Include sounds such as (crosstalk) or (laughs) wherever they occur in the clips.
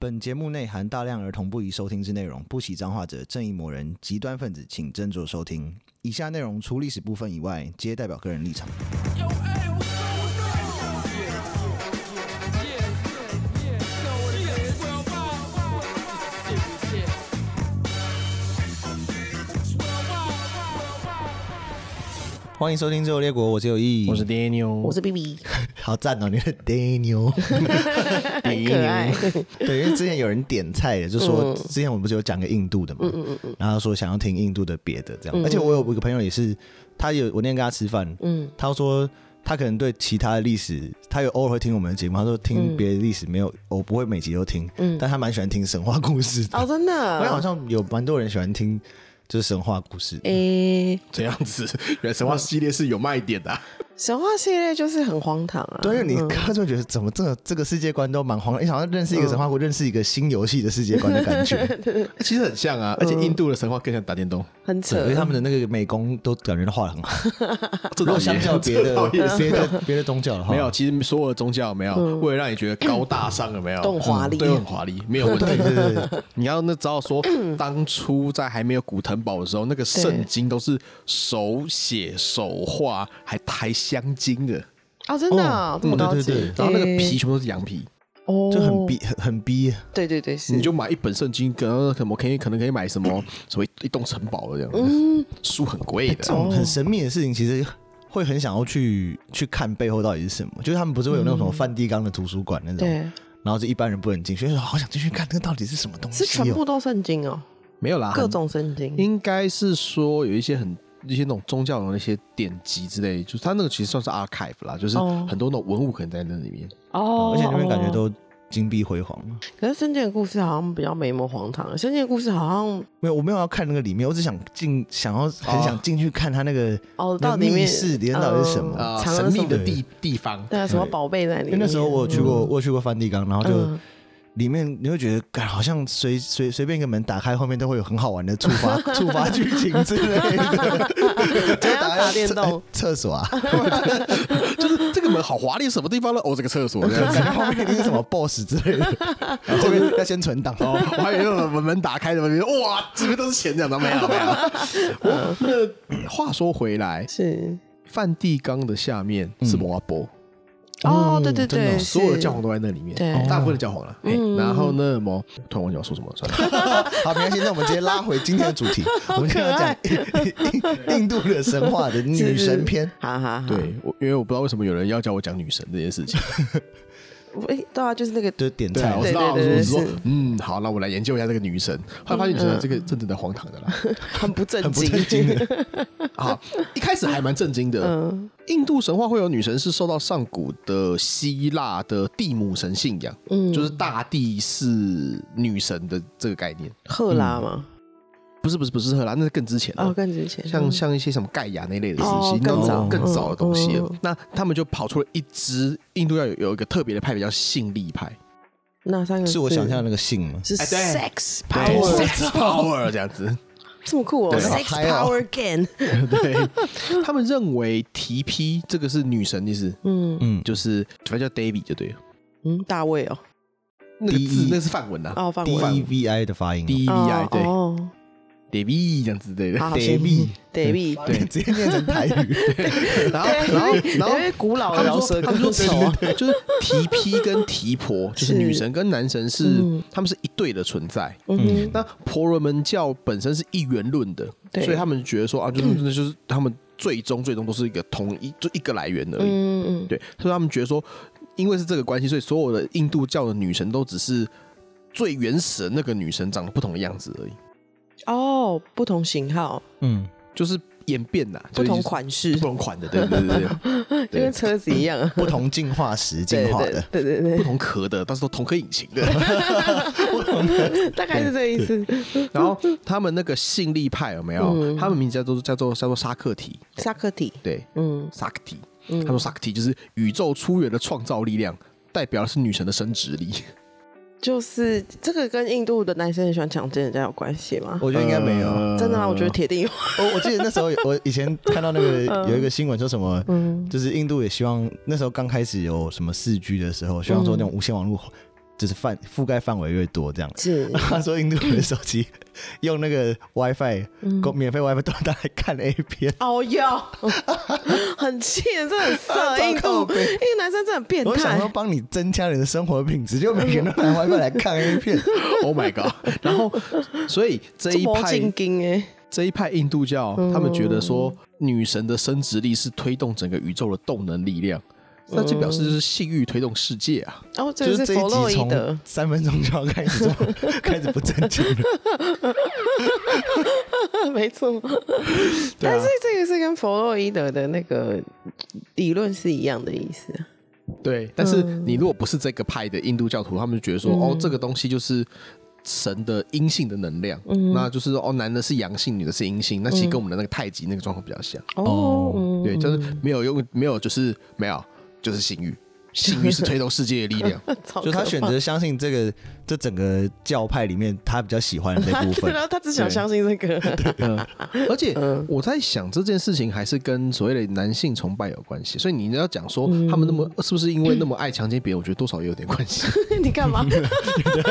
本节目内含大量儿童不宜收听之内容，不喜脏话者、正义魔人、极端分子，请斟酌收听。以下内容除历史部分以外，皆代表个人立场。欢迎收听《最后列国》，我只有意义，我是 Daniel，我是 (laughs) B B，好赞哦，你是 Daniel。很可爱。对，因为之前有人点菜的，就嗯说之前我们不是有讲个印度的嘛，然后说想要听印度的别的这样，而且我有一个朋友也是，他有我那天跟他吃饭，嗯，他说他可能对其他的历史，他有偶尔会听我们的节目，他说嗯听别的历史没有，我不会每集都听，但他蛮喜欢听神话故事的，哦，真我好的。像有蛮多人喜欢听就是神话故事，哎诶，这样子， (laughs) 原来神话系列是有卖点的啊、神话系列就是很荒唐啊。对，因为你看就会觉得怎么这个这个世界观都蛮荒唐，你好像认识嗯一个神话故事，认识一个新游戏的世界观的 (laughs) 感觉。其实很像嗯啊，而且印度的神话更像打电动，很对，因扯为。他们的那个美工都感觉都画的很好。如这果倒相也较别 (laughs) 这倒的嗯也是别的别的宗教的话，没有，其实所有的宗教有没有，嗯为了让你觉得高大上有没有，更华嗯丽对，很华丽，没有问对题。对对对， (laughs) 你要那知道 (coughs) 说，当初在还没有古腾堡的时候，那个圣经都是手写手画，还抬香精的，哦，真的啊哦，这么嗯对高对级对。然后那个诶皮全部都是羊皮，哦，就很逼很很逼。对对对，是你就买一本圣经，可能可能可以可能可以买什么什么一一栋城堡的这样嗯子，书很贵这哦的，种很神秘的事情，其实会很想要去去看背后到底是什么。就是他们不是会有那种什么梵蒂冈的图书馆那种，嗯对，然后就一般人不能进去，就说好想进去看那个到底是什么东西是哦。全部都圣经哦，没嗯有啦，各种圣经。应该是说有一些很一些那种宗教的那些典籍之类，就是它那个其实算是 archive 啦，就是哦很多那种文物可能在那里面。哦而且那边感觉哦都金碧辉煌。啊可是圣经的故事好像比较没那么荒唐，啊圣经的故事好像没有，我没有要看那个里面，我只想进，想要很想进去看他那个哦，那到底面密室里面到底是什么嗯啊，藏神了什秘么？的地地方，对啊，什么宝贝在里因为面？那时候我有去过，我有去过梵蒂冈，然后就嗯里面你会觉得，感好像随随随便一个门打开，后面都会有很好玩的触 (laughs) 发触发剧情之类的。还要打电动哎，厕所 (laughs) 啊，就是这个门好华丽，什么地方呢？哦，这个厕所这 (laughs) 样子。感觉后面一定是什么 boss 之类的，然后这边要先 (laughs) 存档。哦，我还以为那种门门打开的，我觉得哇，这边都是钱这样的，没有没 (laughs) 有。我那话说回来，是梵蒂冈的下面是摩阿波，哦，对对真的对，哦是所有的教皇都在那里面对，嗯大部分的教皇了。嘿然后呢，么突然忘记我说什么了，算了。 (laughs) 好，没关系，那我们直接拉回今天的主题，我们今天要讲 (laughs) 印印度的神话的女神篇。哈哈哈。对，我因为我不知道为什么有人要叫我讲女神这件事 (laughs) 情。哎、对啊，就是那个就是点对菜啊，，我知道，我对对说对嗯我说是，嗯，好，那我来研究一下这个女神。后来发现女神啊这个真正的荒唐的啦。很不正很不经，正经的。好，一开始还蛮震惊的。嗯 (laughs) 印度神话会有女神是受到上古的希腊的地母神信仰， (laughs) 嗯，就是大地是女神的这个概念。赫嗯拉嘛，不是不是不是荷兰，那是更之前哦，了。更之前像嗯像一些什么盖亚那类的时期，哦那更早种更早的东西了。嗯嗯嗯那他们就跑出了一支印度要有有一个特别的派别叫信力派。那三个字是我想象的那个姓吗？是哎对 sex 对 power， sex power 这样子。这么酷哦对，sex 好嗨哦 power gain，对，他们认为提批这个是女神的意思，嗯嗯，就是反正叫 Davy 就对了。嗯，大卫哦，那个 D-E 字那是范文啊哦，范 D 文 E V I 的发音哦。 ，D V 哦 I 对哦， Davy 这样子对的。好 Devi ，David，David，对直接念成台语。然后然后然后因为古老他的们饶说舌他们说歌手啊，提就是提批跟提婆，就是是女神跟男神是嗯他们是一对的存在。嗯哼，那婆罗门教本身是一元论的，对所以他们觉得说啊，就是 (clears throat) 那就是他们最终最终都是一个同一就一个来源而已。嗯嗯，对，所以他们觉得说，因为是这个关系，所以所有的印度教的女神都只是最原始的那个女神长得不同的样子而已，哦，不同型号，嗯，就是演变呐、不所以同就是款式不，同款的，对对对对， (laughs) 就跟车子一样啊，不同进化时对进化的。对对不对同壳的，但是都同颗引擎 (laughs) 的。对，大概是这意思。然后他们那个信力派有没有？嗯他们名字叫做叫做叫做沙克提，萨克体，对，嗯沙克提。他说沙嗯克提就是宇宙出源的创造力量，代表的是女神的生殖力。就是这个跟印度的男生很喜欢强奸人家有关系吗？我觉得应该没有。呃真的吗？我觉得铁定有。我我记得那时候有我以前看到那 (laughs) 个嗯有一个新闻说什么，嗯就是印度也希望那时候刚开始有什么四 G 的时候，希望说那种无线网络就是范覆盖范围越多这样。是 (laughs) 他说印度人的手机 (laughs) 用那个 WiFi，公嗯免费 WiFi 都拿来看 A 片。哦 (laughs) 哟，很气，这很色。印糟糕度，对印度男生真的很嗯变我想态说。帮你增加你的生活品质，就每个人都拿 WiFi 来看 A (laughs) 片。 (laughs) Oh my god！然后，所以这一魔派镜嗯经哎，这一派印度教，他们觉得说女神的生殖力是推动整个宇宙的动能力量，嗯那就表示就是性欲推动世界啊。哦，这就个是这是弗一洛集伊德从。三分钟就要开始这种 (laughs) 开始不正经了。 (laughs) 没错，对啊但是这个是跟弗洛伊德的那个理论是一样的意思啊。对，但是你如果不是这个派的印度教徒，他们就觉得说，嗯哦，这个东西就是神的阴性的能量，嗯那就是说哦，男的是阳性，女的是阴性，那其实跟我们的那个太极那个状况比较像，哦，嗯对，就是没有用，没有就是没有，就是性欲，性欲是推动世界的力 (laughs) 量，超就可他怕选择相信这个这整个教派里面他比较喜欢的那部 (laughs) 分然。后啊他只想相信这个，而且嗯我在想这件事情还是跟所谓的男性崇拜有关系，所以你要讲说嗯他们那么是不是因为 (clears throat) 那么爱强奸别人，我觉得多少也有点关系。 (laughs) 你干 (laughs) 嘛？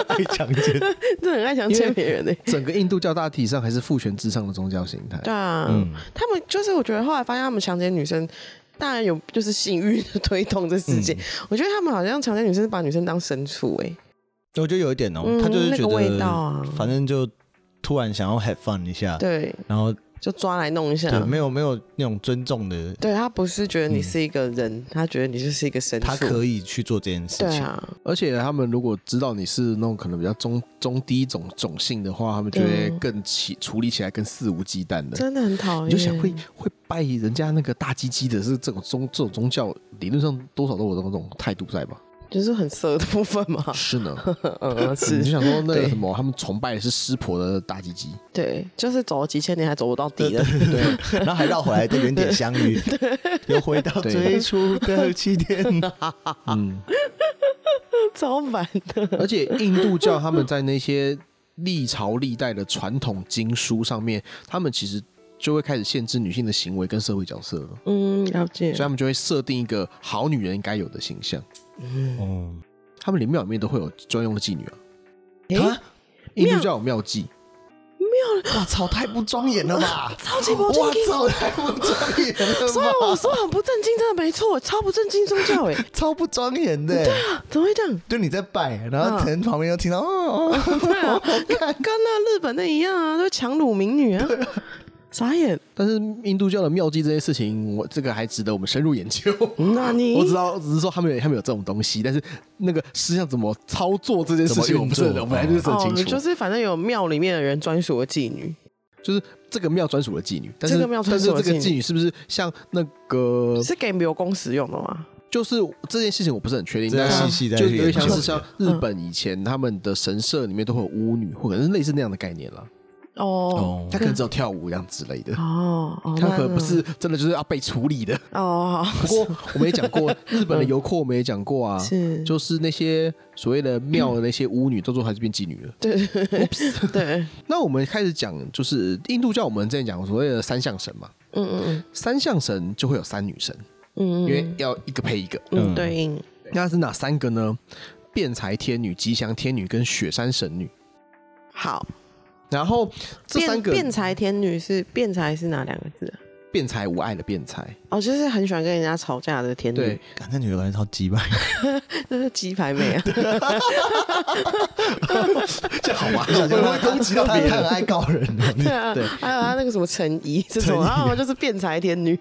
爱强奸，真的很爱想见别人呢、欸整个印度教大体上还是父权至上的宗教形态。对啊，他们就是我觉得后来发现他们强奸女生。当然有，就是性欲的推动这世界。嗯我觉得他们好像强奸女生，是把女生当牲畜哎、我觉得有一点哦、嗯他就是觉那个味道啊得，反正就突然想要 have fun 一下，对，然后就抓来弄一下对。没有没有那种尊重的，对他不是觉得你是一个人，他觉得你就是一个牲畜。他可以去做这件事对情。啊，而且他们如果知道你是那种可能比较中中低种种性的话，他们就会更起、处理起来更肆无忌惮的。真的很讨厌。你就想会会拜人家那个大鸡鸡的是这种宗这种宗教理论上多少都有这种态度在吧？就是很色的部分嘛。 (laughs) 是呢，嗯，，你就是想说那啊对个什么，他们崇拜的是湿婆的大鸡鸡，对，就是走了几千年还走不到底的。对，然后还绕回来在原点相遇，又回到对最初的起点。嗯， (laughs) 超烦的。而且印度教他们在那些历朝历代的传统经书上面，他们其实就会开始限制女性的行为跟社会角色了。嗯，了解所以。他们就会设定一个好女人该有的形象。嗯，他们连庙里面都会有专用的妓女啊，诶啊印度教有庙妓，哇操，太不庄严了吧！ (laughs) 超级不正哇经操，太不庄严了 (laughs) 所以我吧！说很不正经，真的没错，超不正经宗教 (laughs) 哎、超不庄严的、怎么会这样？就你在拜，然后嗯可能旁边又听到哦，对啊， (laughs) 跟那日本的一样啊，都强掳民女啊，傻眼。但是印度教的庙妓这件事情，我这个还值得我们深入研究。那你我知道，只是说他们有他们有这种东西，但是那个实际上怎么操作这件事怎情，么我运们作是我们还是很哦，清楚。就是反正有庙里面的人专属的妓女，就是这个庙专属的妓女，但是这个庙专但是属的这妓女个妓女是不是像那个？是给庙公使用的吗？就是这件事情我不是很确定，这要但细是细再就去有研点究像是像日本以前他们的神社里面都会有巫女，或者是类似那样的概念了。哦他可能只有跳舞这样之类的，哦哦，他可能不是真的就是要被处理的。哦，好不过我们也讲 (laughs) 过，日本的游客我们也讲过啊，是就是那些所谓的庙的那些巫女，到最后还是变妓女了。对对 (laughs) 对，那我们开始讲，就是印度教我们之前讲所谓的三象神嘛，嗯嗯三象神就会有三女神，因嗯为要一个配一个。嗯，对应那是哪三个呢？辩才天女、吉祥天女跟雪山神女。好。然后这辩三个辩才天女是辩才是哪两个字啊？辩才无碍的辩才，哦，就是很喜欢跟人家吵架的嗯天对 (laughs) 女，，感觉女的感觉超鸡掰，这是鸡 (laughs) 排妹啊，这样好吗？就会攻 (laughs) 击到他别人他很爱告人哦。 (laughs) 对啊对，啊还有她那个什么陈怡这种，然后就是辩才天女，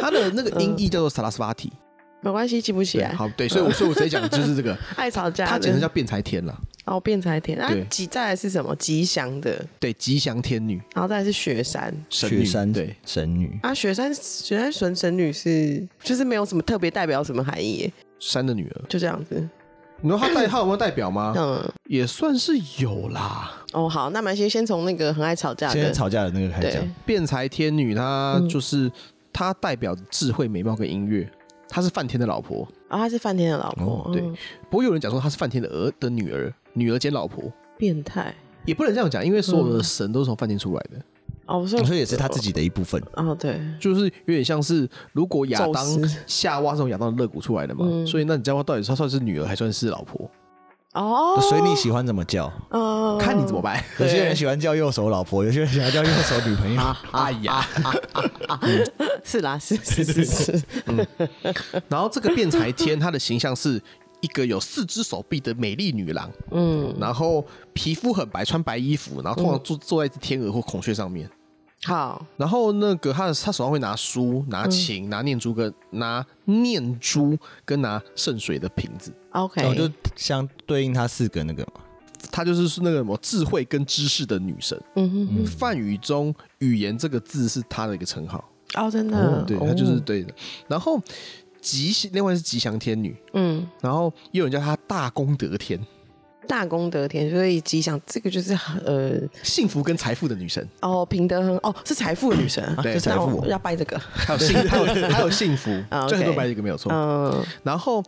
它的那个嗯音译叫做萨拉斯瓦提。没关系，记不起对，来，好，对，所以我所以我直接讲就是 (laughs) 这个，爱吵架的，它简称叫辩才天了。哦辩才天，啊对吉再来是什么吉祥的，对，吉祥天女然后再来是雪山。神雪女山对，神女，啊，雪山雪山神神女是就是没有什么特别代表什么含义耶，山的女儿。就这样子。你说她代她有没有代表吗？嗯，也算是有啦。哦，好，那蛮先先从那个很爱吵架现在的，吵架的那个开始对讲，，辩才天女她嗯就是她代表智慧、美貌跟音乐，她是梵天的老婆。然哦后她是梵天的老婆，对嗯，不过有人讲说她是梵天的儿的女儿，女儿兼老婆，变态也不能这样讲，因为所有的神都是从梵天出来的，哦，所以所以也是他自己的一部分。哦，对，就是有点像是如果亚宙当斯夏娃是从亚当的肋骨出来的嘛，嗯所以那你这样的话到底她算是女儿还算是老婆？哦，所以你喜欢怎么叫？嗯，看你怎么 (laughs) 办。有些人喜欢叫右手老婆，有些人喜欢叫右手女朋友。哎呀，是啦，是是 (laughs) 是 (laughs) 是，然后这个辩才天，她的形象是一个有四只手臂的美丽女郎，嗯，然后皮肤很白，穿白衣服，然后通常坐坐在一只天鹅或孔雀上面。好，然后那个她的她手上会拿书、拿琴、拿念珠跟拿念珠跟拿圣水的瓶子，然后 OK，哦就相对应他四个那个嘛，她就是那个什么智慧跟知识的女神。嗯哼哼，梵语中“语言”这个字是她的一个称号，哦，真的，对，哦她就是，对的。然后吉祥，另外是吉祥天女，嗯，然后也有人叫她大功德天，大功德田，所以吉祥这个就是呃，幸福跟财富的女神，哦，平德很，哦，是财富的女神，对是财那富我哦。要拜这个，还有幸，还有还有幸 (laughs) 福，啊就很多 OK 白这个没有错。嗯，然后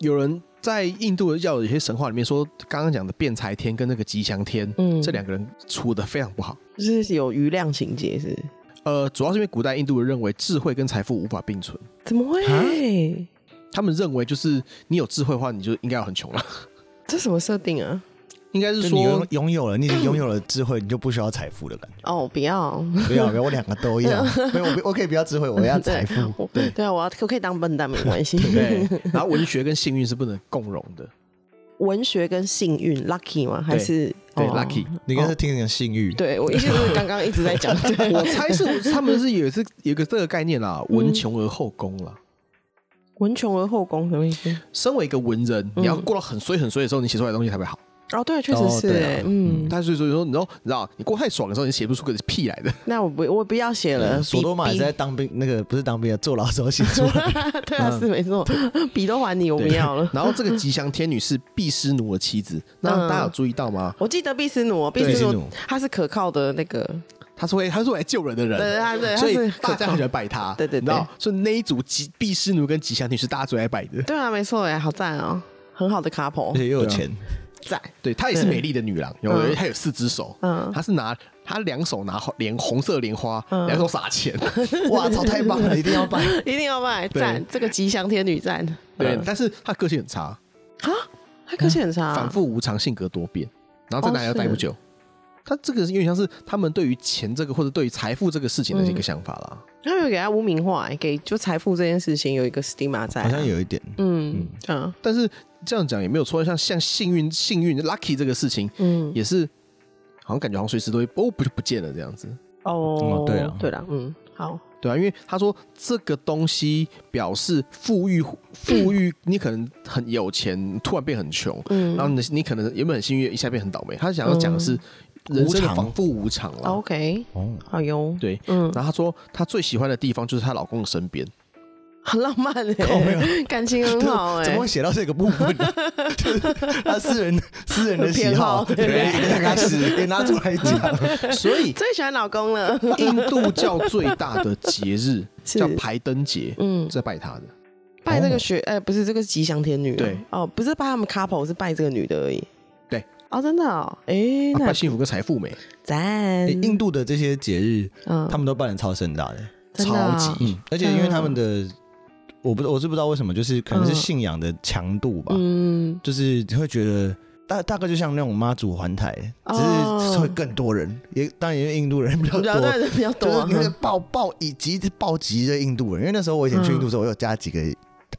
有人在印度的教有些神话里面说，刚刚讲的辩才天跟那个吉祥天，嗯这两个人处的非常不好。就是有余量情节是？呃，主要是因为古代印度人认为智慧跟财富无法并存，怎么会？他们认为就是你有智慧的话，你就应该要很穷了。这什么设定啊？ (laughs) 应该就是你说拥，拥有了，你已经拥有了智慧，你就不需要财富的感觉。哦，不要， (laughs) 不要不要，我两个都要。没有，我不我可以不要智慧，我要财富。我 (laughs) 对啊，我要我可以当笨蛋没关系。对，然后文学跟幸运是不能共荣的。文学跟幸运，lucky 吗？还是对哦，lucky。你应该是听成性欲，对我一直是刚刚一直在讲，对我猜是他们是有是有个这个概念啦，嗯文穷而后功啦。文穷而后宫什么意思？身为一个文人，你嗯要过到很衰很衰的时候，你写出来的东西才会好。哦，对，确实哦是对啊欸，嗯，但是所以说，你知道，你知道，你过太爽的时候，你写不出个屁来的。那我不我不要写了，嗯索多玛也笔是在当兵，那个不是当兵的，啊坐牢的时候写出来。 (laughs) (laughs) 对啊，是没错，笔都还你，我不要了。 (laughs) 然后这个吉祥天女是毕湿奴的妻 (laughs) 子，那嗯大家有注意到吗？我记得毕斯努，毕对斯毕斯努努他是可靠的那个，她是会，她是会来救人的对人。他对，呃他所是以可大家靠很喜欢拜她， (laughs) 对对对你知道，所以那一组吉毕湿奴跟吉祥天女是大家最爱拜的。 (laughs) 对啊，没错哎，好赞哦，很好的 couple，而且又有钱，赞，对，她也是美丽的女郎，有嗯她有四只手，嗯她是拿她两手拿花莲红色莲花，两手撒钱， (laughs) 啊 (laughs) 哇操，太棒了，一定要办。一定要卖赞，这个吉祥天女赞，对嗯，但是她个性很差，啊，他个性很差啊，反复无常，性格多变，然后在哪里哦都是待不久。她这个有点像是他们对于钱这个或者对于财富这个事情的一个嗯想法啦。他们有给他污名化、哎给就财富这件事情有一个 stigma 在、啊好像，有一点，嗯，这样，但是这样讲也没有错，像像幸运幸运 lucky 这个事情，嗯，也是好像感觉好像随时都会哦不就不见了这样子，哦，嗯对啊对了，嗯，好，对啊，因为他说这个东西表示富裕富裕， (coughs) 你可能很有钱，突然变很穷，嗯然后你的你可能原本很幸运，一下变很倒霉。他想要讲的是人生的反复嗯无常啦。 ，OK，哦，好哟，对，嗯，然后他说他最喜欢的地方就是她老公的身 (laughs) 边，很浪漫哎、靠没感情很好 (laughs) 哎、怎么会写到这个部分 (laughs) 呢？就是他私人私人的喜好，偏好对大概是给拿出来讲。所以最喜欢老公了，印度教最大的 (laughs) 节日是叫排灯节，嗯，在拜他的。 (laughs) 拜哦这个学，哎、不是这个是吉祥天女、对，哦，不是拜他们 couple，是拜这个女的而已，对，哦，真的哦，哎、啊那拜幸福跟财富美，赞欸，印度的这些节日，嗯他们都办的超盛大的，真的超啊级嗯，而且因为他们的，我不我是不知道为什么，就是可能是信仰的强度吧，嗯，就是你会觉得。大大概就像那种妈祖环台，只哦是会更多人，也当然因为印度人比较比较多，对比较多就是啊，你会暴暴以及暴击的印度人，因为那时候我以前去印度的时候，我有加几个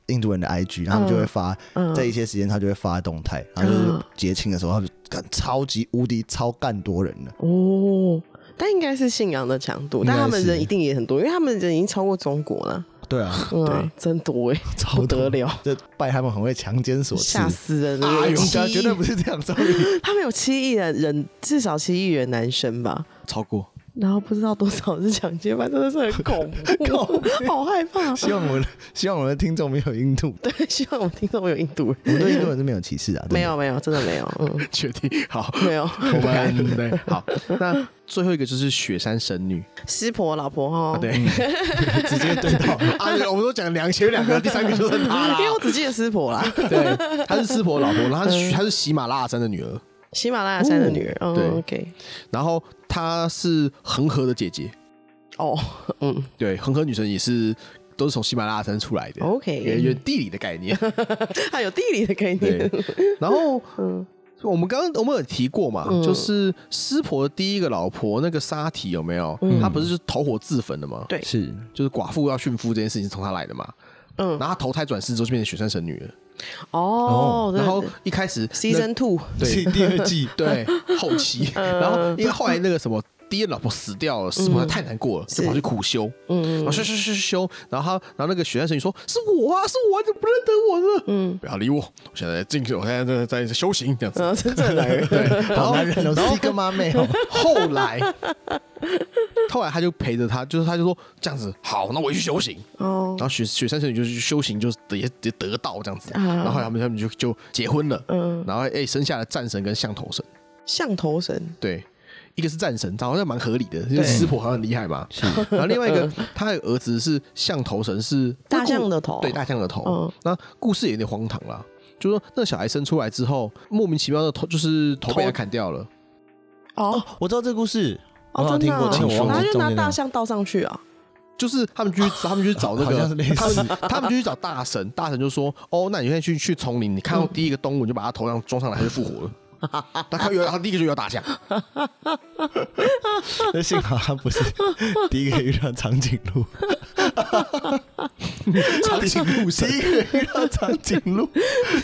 印度人的 IG，他们就会发，嗯在一些时间他就会发动态，然后就是节庆的时候，他们就干超级无敌超干多人的，哦，但应该是信仰的强度，应该但是他们人一定也很多，因为他们人已经超过中国了。对 (laughs) 啊，嗯啊，真多哎，超不多得了，这拜他们很会强奸所赐，吓死人了！哎有呦，七绝亿绝对不是这样，sorry，他们有七亿人，人至少七亿人男生吧，超过。然后不知道多少是抢劫犯，真的是很 (laughs) 恐怖，好害怕。希望我的希望我的听众没有印度， (laughs) 对，希望我们听众有印度人，我们对印度人是没有歧视啊，真的 (laughs) 没，有没有，真的没有，嗯，确定 (laughs) 好，没 (laughs) 有。我们对好。那最后一个就是雪山神女，师婆老婆哈，对， (laughs) 直接对到，啊，嗯对我们都讲两前面两个，第三个就是她啦 (laughs) 因为。我只记得师婆啦，对，她是湿婆老婆，然后她是她是喜马拉雅山的女儿， (laughs) 喜马拉雅山的女人。对嗯，OK，然后她是恒河的姐姐。哦，嗯， (laughs) 对，恒河女神也是都是从喜马拉雅山出来的 OK 有有地理的概 (laughs) 念。还有地理的概对念，，然后我们刚刚我们有提过嘛，就是湿婆的第一个老婆那个沙提有没有？她不是就是投火自焚的吗？对是就是寡妇要驯服这件事情是从她来的嘛。嗯然后她投胎转世之后就变成雪山神女了。哦，对然后一开始那 season 嗯 two，是 (laughs) 第二季 (laughs) 对后期， (laughs) 然后因为后来那个什么。第一任老婆死掉了，死嗯婆太难过了，就跑去苦修，嗯，然后修修修修，然后他，然后那个雪山神女说：“是我啊，是我啊，你怎么不认得我呢？嗯，不要理我，我现在进去，我现在在在在修行这样子。嗯，真正 (laughs) 来了，对，然好后男人哦， (laughs) 然后是一个妈妹哦，后来，后来他就陪着他，就是他就说这样子好，那我也去修行。哦然，后雪雪山神女就去修行，就是得也也得道这样子。啊然后后来他们他们就就结婚了，嗯，然后哎、生下了战神跟象头神，象头神，对。一个是战神，好像蛮合理的，因为湿婆好像很厉害嘛。 (laughs) 然后另外一个，他的儿子是象头神，是嗯大象的头对大象的头。嗯那故事也有点荒唐啦，就是说那小孩生出来之后，莫名其妙的头就是头被他头砍掉了。哦哦，我知道这故 (laughs) 事，我好哦，像真听的过，啊，听我说忘然后过就拿中间大的象倒上去啊，就是他们去，他们去找 (laughs) 那好像是个类，似他们他们就去找大神，大神就说：“哦，那你现在去去丛林，你看到第一个动物，你就把它头上装上来，它就复活 (laughs) 了。”他看有，他第一个就有大象，那幸好他 (laughs) 不是第一个遇到长颈鹿，长颈鹿神第一个遇到长颈鹿，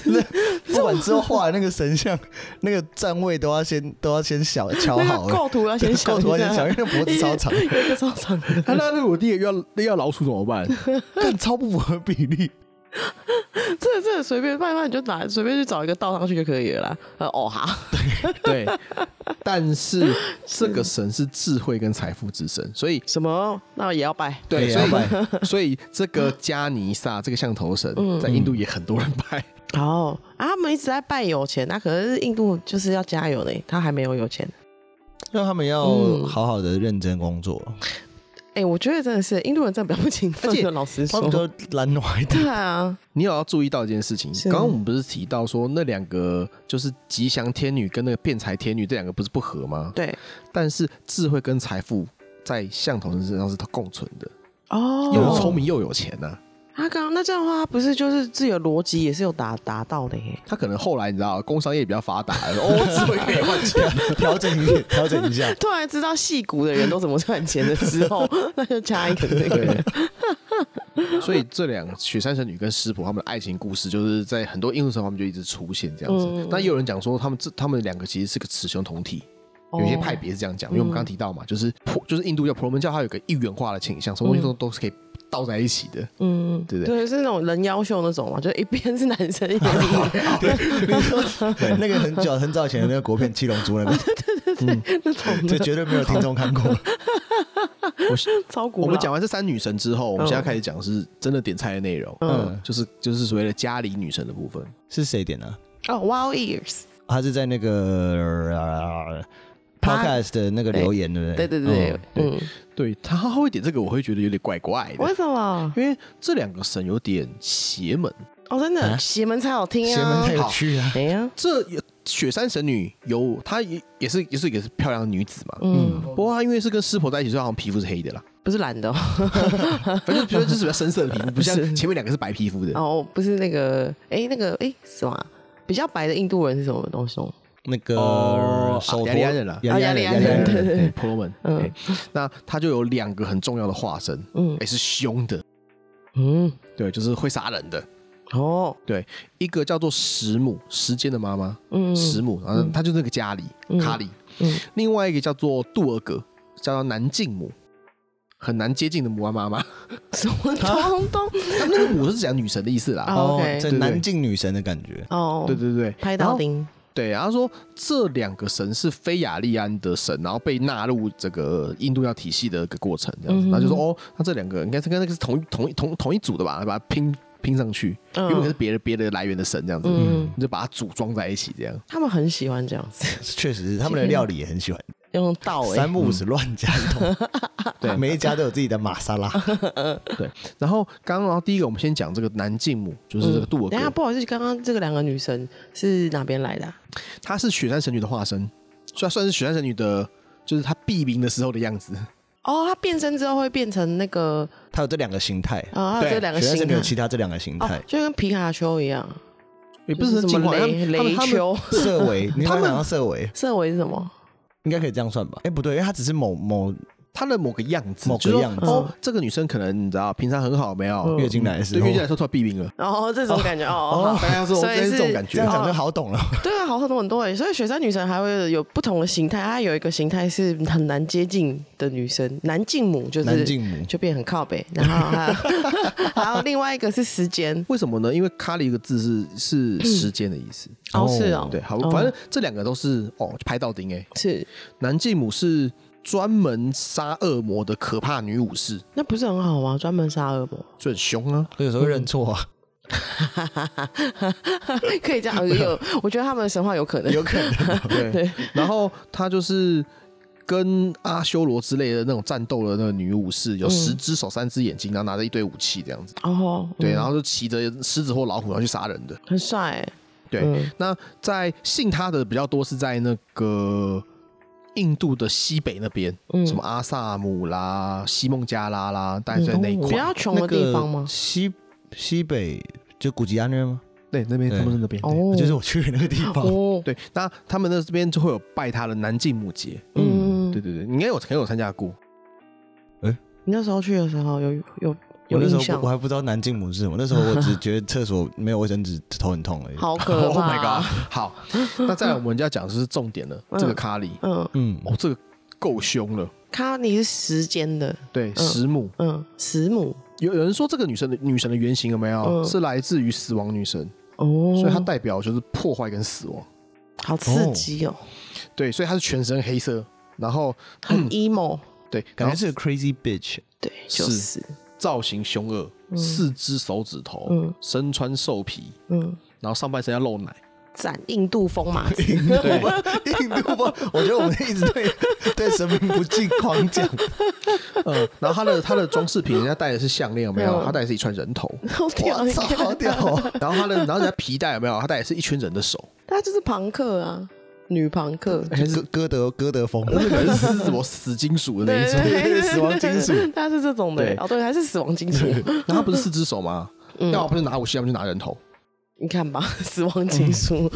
那不管之后画的那个神像，那个站位都要先都要先想瞧那好 (laughs) 个 (laughs) 构了，图要先想构一下，，图要先想，因为脖子超长 (laughs) 有一个超长的，他那如果第一个要要老鼠怎么办？但超不符合比例。这个这个随便慢慢你就拿随便去找一个倒上去就可以了啦。呃，哦哈，对，但是这个神是智慧跟财富之神，所以 (laughs) 什么那也要拜，对，对啊所要以所以这个加尼萨这个象头神嗯在印度也很多人拜，哦啊，他们一直在拜有钱，那可是印度就是要加油呢，他还没有有钱。让他们要嗯好好的认真工作，哎、我觉得真的是印度人真的比较不勤奋 (laughs) 而且的，老实他们说。都懒惰一点。对啊，你有要注意到一件事情，是刚刚我们不是提到说那两个就是吉祥天女跟那个辩才天女这两个不是不合吗？对但是智慧跟财富在象头神身上是共存的，哦，又聪明又有钱啊呢、他啊刚刚那这样的话，他不是就是自己的逻辑也是有达达到的耶？他可能后来你知道，工商业比较发达，哦，智慧可以换钱，调整一点，调整一下。突然知道戏骨的人都怎么赚钱的时 (laughs) 候，那就加一个这个。所以这两雪山神女跟湿婆他们的爱情故事，就是在很多印度神话他们就一直出现这样子。那也有人讲说，他们这他们两个其实是个雌雄同体。哦有一些派别是这样讲，因为我们刚刚提到嘛，就是婆就是印度教婆罗门教，它有一个一元化的倾向，所有东西都都是可以倒在一起的，嗯，对不对？对，是那种人妖秀那种嘛，就一边是男生，一边是女生对，那个很久很早以前的那个国片《七龙珠》那个，那种这的，绝对没有听众看过。超古老。我们讲完这三女神之后，我们现在开始讲的是真的点菜的内容，嗯嗯，就是就是所谓的家里女神的部分。是谁点的？哦，Wow Ears，他是在那个呃他 podcast 的那个留言，对不对对？对对，嗯，对她她会点这个，我会觉得有点怪怪的为，什么？因为这两个神有点邪门。哦，真的啊邪门才好听啊！邪门太有趣啊！哎呀，这有雪山神女有她也也是也是一个漂亮的女子嘛，嗯，不过她因为是跟湿婆在一起，所以她好像皮肤是黑的啦，不是懒的哦，反正就是比较深色的皮肤，不像前面两个是白皮肤的。哦，不是那个，哎，那个，哎，什么啊？比较白的印度人是什么东西哦？那个哦手陀雅利安人啦雅利安人，雅雅利利安安人人，对哎婆罗门，哎那她就有两个很重要的化身，嗯也是凶的，嗯，对，就是会杀人的，哦，对，一个叫做石母，时间的妈妈，嗯，石母，然后她就是那个家里卡里，嗯另外一个叫做杜尔格，叫做南静母，很难接近的母啊妈 (laughs) 妈，什么东东？他们那个母是讲女神的意思啦，哦哦 OK，这对对南境女神的感觉，哦，对对对，拍然到后钉，对，然后说这两个神是非雅利安的神，然后被纳入这个印度教体系的一个过程，这样子。嗯哼然后就说哦，那这两个应该是跟那个是同一同一同同一组的吧，把它拼拼上去，嗯原本是别的别的来源的神这样子，嗯你就把它组装在一起这样。他们很喜欢这样子，确实是他们的料理也很喜欢，用到哎，三不五时乱加一通，对每一家都有自己的玛莎拉。对，然后刚刚然后第一个我们先讲这个南静母，就是这个杜尔等一格，下，嗯啊不好意思，刚刚这个两个女神是哪边来的啊？她是雪山神女的化身，虽然算是雪山神女的，就是她避名的时候的样子。哦，她变身之后会变成那个它有这两个形态。啊，还有对这两个学生形真的态有，其他这两个形哦态，，就跟皮卡丘一样，也不就是什进么化，他雷们他雷们他们丘，色违，你他刚刚们讲到色违，色违是什么？应该可以这样算吧？哎，不对，因为它只是某某他的某个样子，某个就是说样子哦，这个女生可能你知道，平常很好，没有月经来的时对候月，经来说突然避孕了，哦，这种感觉哦，大家说所我以这是这种是感这觉样，讲就好 (laughs) 懂了。好对啊，好很多很多哎，所以雪山女神还会有不同的形态，它有一个形态是很难接近的女神，南静母就南是靖母，就变很靠北，然后 (laughs) 还有还有另外一个是时间，为什么呢？因为咖喱一个字是是时间的意思。哦是哦，对，好，哦反正这两个都是哦，拍到顶哎。是南继母是专门杀恶魔的可怕女武士，那不是很好吗？专门杀恶魔，就很凶啊。有时候认错啊，可以这 (laughs) 样呃有，我觉得他们的神话有可 (laughs) 能有可能。 (laughs) 对，然后她就是跟阿修罗之类的那种战斗的那个女武士，嗯有十只手、三只眼睛，然后拿着一堆武器这样子。哦，对，嗯然后就骑着狮子或老虎然后去杀人的。很帅欸，对，嗯那在信他的比较多是在那个印度的西北那边，嗯什么阿萨姆啦、西孟加拉啦，大概在那一嗯比块。较穷那的地个方吗？西西北就古吉安那边吗？对，那边对他们是那边。对哦，就是我去的那个地方。哦，对，那他们那这边就会有拜他的南靖母节。嗯嗯对，对对，你应该有很有参加过。你那时候去的时候有有我有那印时象 (laughs) 候我，还不知道南靖母是什么，那时候我只觉得厕所没有卫生纸头很痛而已。好可 Oh 怕 my god！好，那再来我们就要讲的就是重点了，嗯这个咖喱，嗯，嗯，哦，这个够凶了。卡尼是时间的，对，嗯石母嗯，石母有有人说这个女神的女神的原型有没有嗯是来自于死亡女神，哦，所以它代表就是破坏跟死亡。好刺激哦，对，所以他是全身黑色，然后很 emo，对，感感觉觉是是个 crazy (laughs) bitch。对，就是，造型凶恶，四只手指头，嗯身穿兽皮，嗯，然后上半身要露 (laughs) 奶，斩印度风马子，对，印度风，我觉得我们一直对对 (laughs) 神明不敬狂讲。嗯，然后他的他的装饰品，人家戴的是项链，有没有？嗯他戴的是一串人头， (laughs) 好屌，操，好 (laughs) 屌！哦！然后他的然后人家皮带有没有？他戴的是一圈人的手，他就是朋克啊，女朋克，歌歌德歌德 (laughs) 风，那可能是什么死金属的那一种。对，死亡金属， (laughs) 他是这种的对，哦，对，还是死亡金属，然后他不是四只手吗？嗯要么不是拿武器，要么就拿人头。你看吧，死亡金属，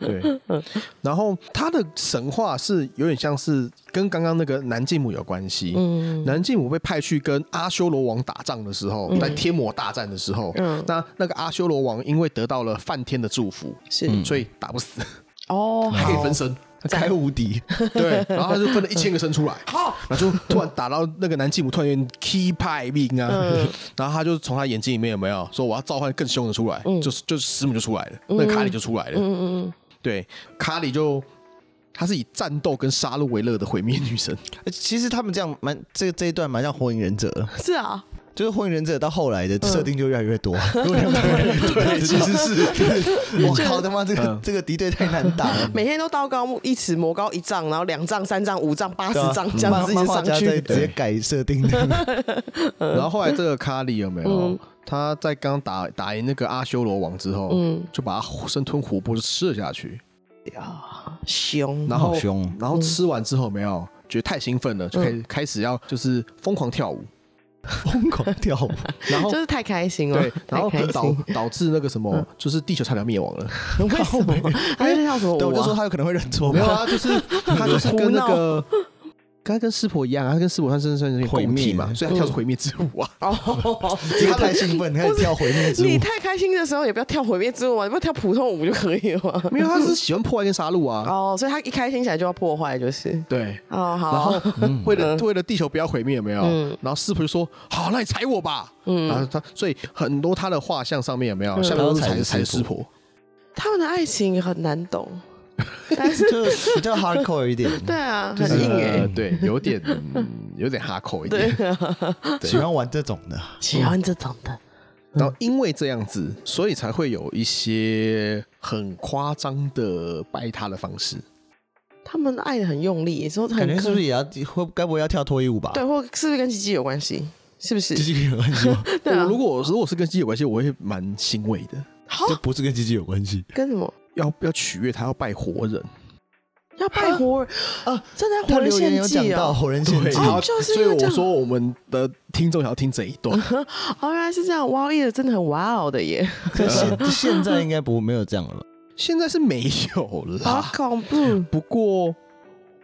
对，嗯然后他的神话是有点像是跟刚刚那个南继母有关系。嗯南靖武被派去跟阿修罗王打仗的时候，在天魔大战的时候，嗯那那个阿修罗王因为得到了梵天的祝福，是所以打不死， (laughs) 哦， (laughs) 还可以好分，身。开无敌，对，然后他就分了一千个身出 (laughs) 来，然后就突然打到那个南靖武，突然有点 key 派命啊，嗯然后他就从他眼睛里面有没有说我要召唤更凶的出来，就是就是师母就出来了，那个卡里就出来了，嗯嗯嗯，对，卡里就他是以战斗跟杀戮为乐的毁灭女 (laughs) 神，其实他们这样蛮这这一段蛮像火影忍者的，是啊，就是火影忍者到后来的设定就越来越多，有两个嗯人对，其实是 (laughs) 我靠他妈这个这个敌对太难打了，每天都道高一尺，魔高一丈，然后两丈、三丈、五丈、八十丈，这样漫子一漫直画上家在去。直接改设定的，嗯然后后来这个卡里有没有？他在刚打打赢那个阿修罗王之后，嗯就把他生吞活剥就吃了下去，呀，啊凶，然后好凶哦然后吃完之后有没有觉得太兴奋了，就开始开始要就是疯狂跳舞，疯狂跳舞，啊然后就是太开心了对，，啊然后太 (laughs) 开导心。导致那个什么，就是地球差点灭亡了。 (laughs) 为什么？他在跳什么舞啊？对，我就说他有可能会认错没有嘛，啊，就是他就是跟那个。跟他跟师婆一样啊，他跟师婆他身上是毁共灭体嘛，所以他跳出毁灭之舞啊。哦，这个太兴奋，开始跳毁灭之舞你，太开心的时候也不要跳毁灭之舞嘛，你不要跳普通舞就可以了吗？ (laughs) (laughs) 没有，他是喜欢破坏跟杀戮啊。哦，所以他一开心起来就要破坏，就是对，哦，然好啊，后为了为了地球不要毁灭，有没有？然后师傅就说：“好，那你踩我吧。”然后他所以很多他的画像上面有没有？下面都是他踩都踩踩着师婆。他们的爱情很难懂，但是就比较 hardcore 一点，对啊，就很是硬呃哎，对，有点嗯有点哈口一对点。啊，喜欢玩这种的。喜欢这种的，然后因为这样子，所以才会有一些很夸张的拜他的方式。他们爱的很用力，也说很感觉是不是也要会？该不会要跳脱衣舞吧？对，，或是不是跟鸡鸡有关系？是不是鸡？鸡有关系吗？对啊我如果如果是跟鸡有关系，我会蛮欣慰的。好这，不是跟鸡鸡有关系，跟什么？要要取悦他，要拜活人，要要拜活人啊，正在他活人留言献有讲祭到哦。活人献对，祭，然后就是所以因为我这样说我们的听众想要听这一段，哦，原来是这样，哇，叶真的很哇哦的耶，可现现在应该不没有这样了吧。现在是没有好啦。恐怖！(laughs) 因不过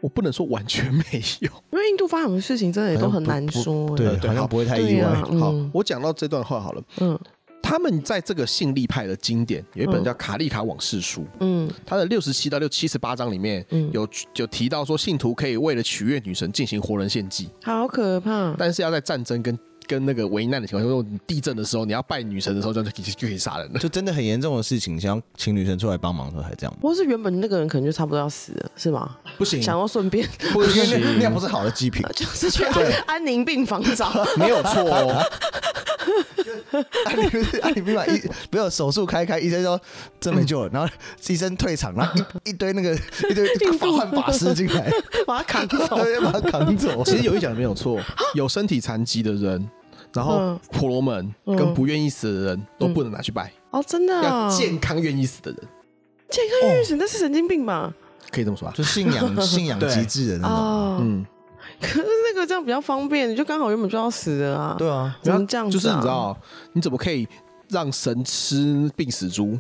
我不能说完全没有。为印度发生什么事情真的也都很难说耶，对，对好像不会太意对外 (laughs) 啊。嗯好，我讲到这段话好了。嗯他们在这个信力派的经典有一本叫《卡利卡往事书》，嗯它的六十七到六七十八章里面嗯，有有提到说，信徒可以为了取悦女神进行活人献祭，好可怕，但是要在战争跟跟那个危难的情况下，就是你地震的时候，你要拜女神的时候，就就可以就可以杀人 (laughs) (laughs) 了。就真的很严重的事情，想要请女神出来帮忙的时候还这样吗，不过是原本那个人可能就差不多要死了，是吗？不行想要顺便不因为那那样不是好的祭品， (laughs) 就是去安安宁病房找，没有错哦， (laughs) 啊，你不是啊，你不是把医没有手术开一开，医生说真没 (laughs) 救了，然后医生退场，然后一一堆那个一堆印法度换法师进来，把他扛走。 (laughs) 对，把他扛走。 (laughs) 其实有一讲没有错， (laughs) 有身体残疾的人，然后嗯婆罗门跟不愿意死的人都不能拿去拜，哦，真的啊要，健康愿意死的人，健康运神那是神经病吧？可以这么说啊。嗯就信 (laughs) 仰信仰对极致的那种，哦，嗯，可是那个这样比较方便，你就刚好原本就要死了啊。对啊，怎么这样子就啊是你知道，你怎么可以让神吃病死 (laughs) 猪？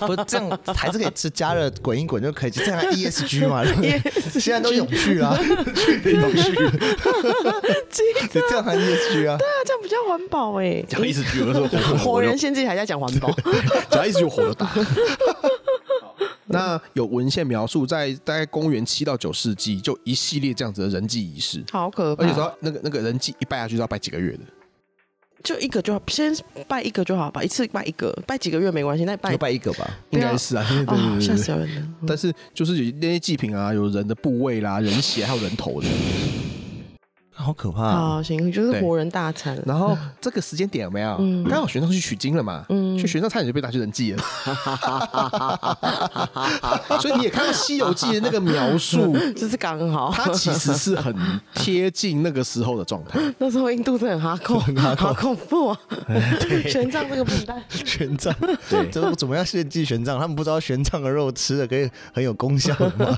不是这样还是可以吃加热滚一滚就可以，这样 ESG 嘛，对不 (laughs) 对 ESG 现在都永续 (laughs) 啊， (laughs) 去年永续，这你这样还 ESG 啊？那 (laughs) 这样比较环保哎。 (laughs) 讲一直举，我说 (laughs) 活 (laughs) 活人现在还在讲环保，哦 (laughs) 只要一直就火就 (laughs) 打。那有文献描述，在大概公元七到九世纪，就一系列这样子的人际仪式，好可怕！而且说那个那个人际一拜下去是要拜几个月的，就一个就好，先拜一个就好吧，一次拜一个，拜几个月没关系，那拜就拜一个吧，不应要该是啊，对对哦，对吓对死对。人了。但是就是有那些祭品啊，有人的部位啦、人血还有人 (laughs) 头的。好可怕啊。好，行，就是对活人大餐了。然后这个时间点有没有？嗯刚好玄奘去取经了嘛，去玄奘差点就被拿去人 (laughs) 祭了。所以你也看到《西游记》的那个描 (laughs) 述，嗯这是 (laughs) 刚好，它其实是很贴近那个时候的状 (laughs) 态。那时候印度真的很哈控，好恐怖啊！玄奘这个笨蛋， (laughs) 玄奘，这怎么样献祭玄奘？他们不知道玄奘的肉吃了可以很有功效吗？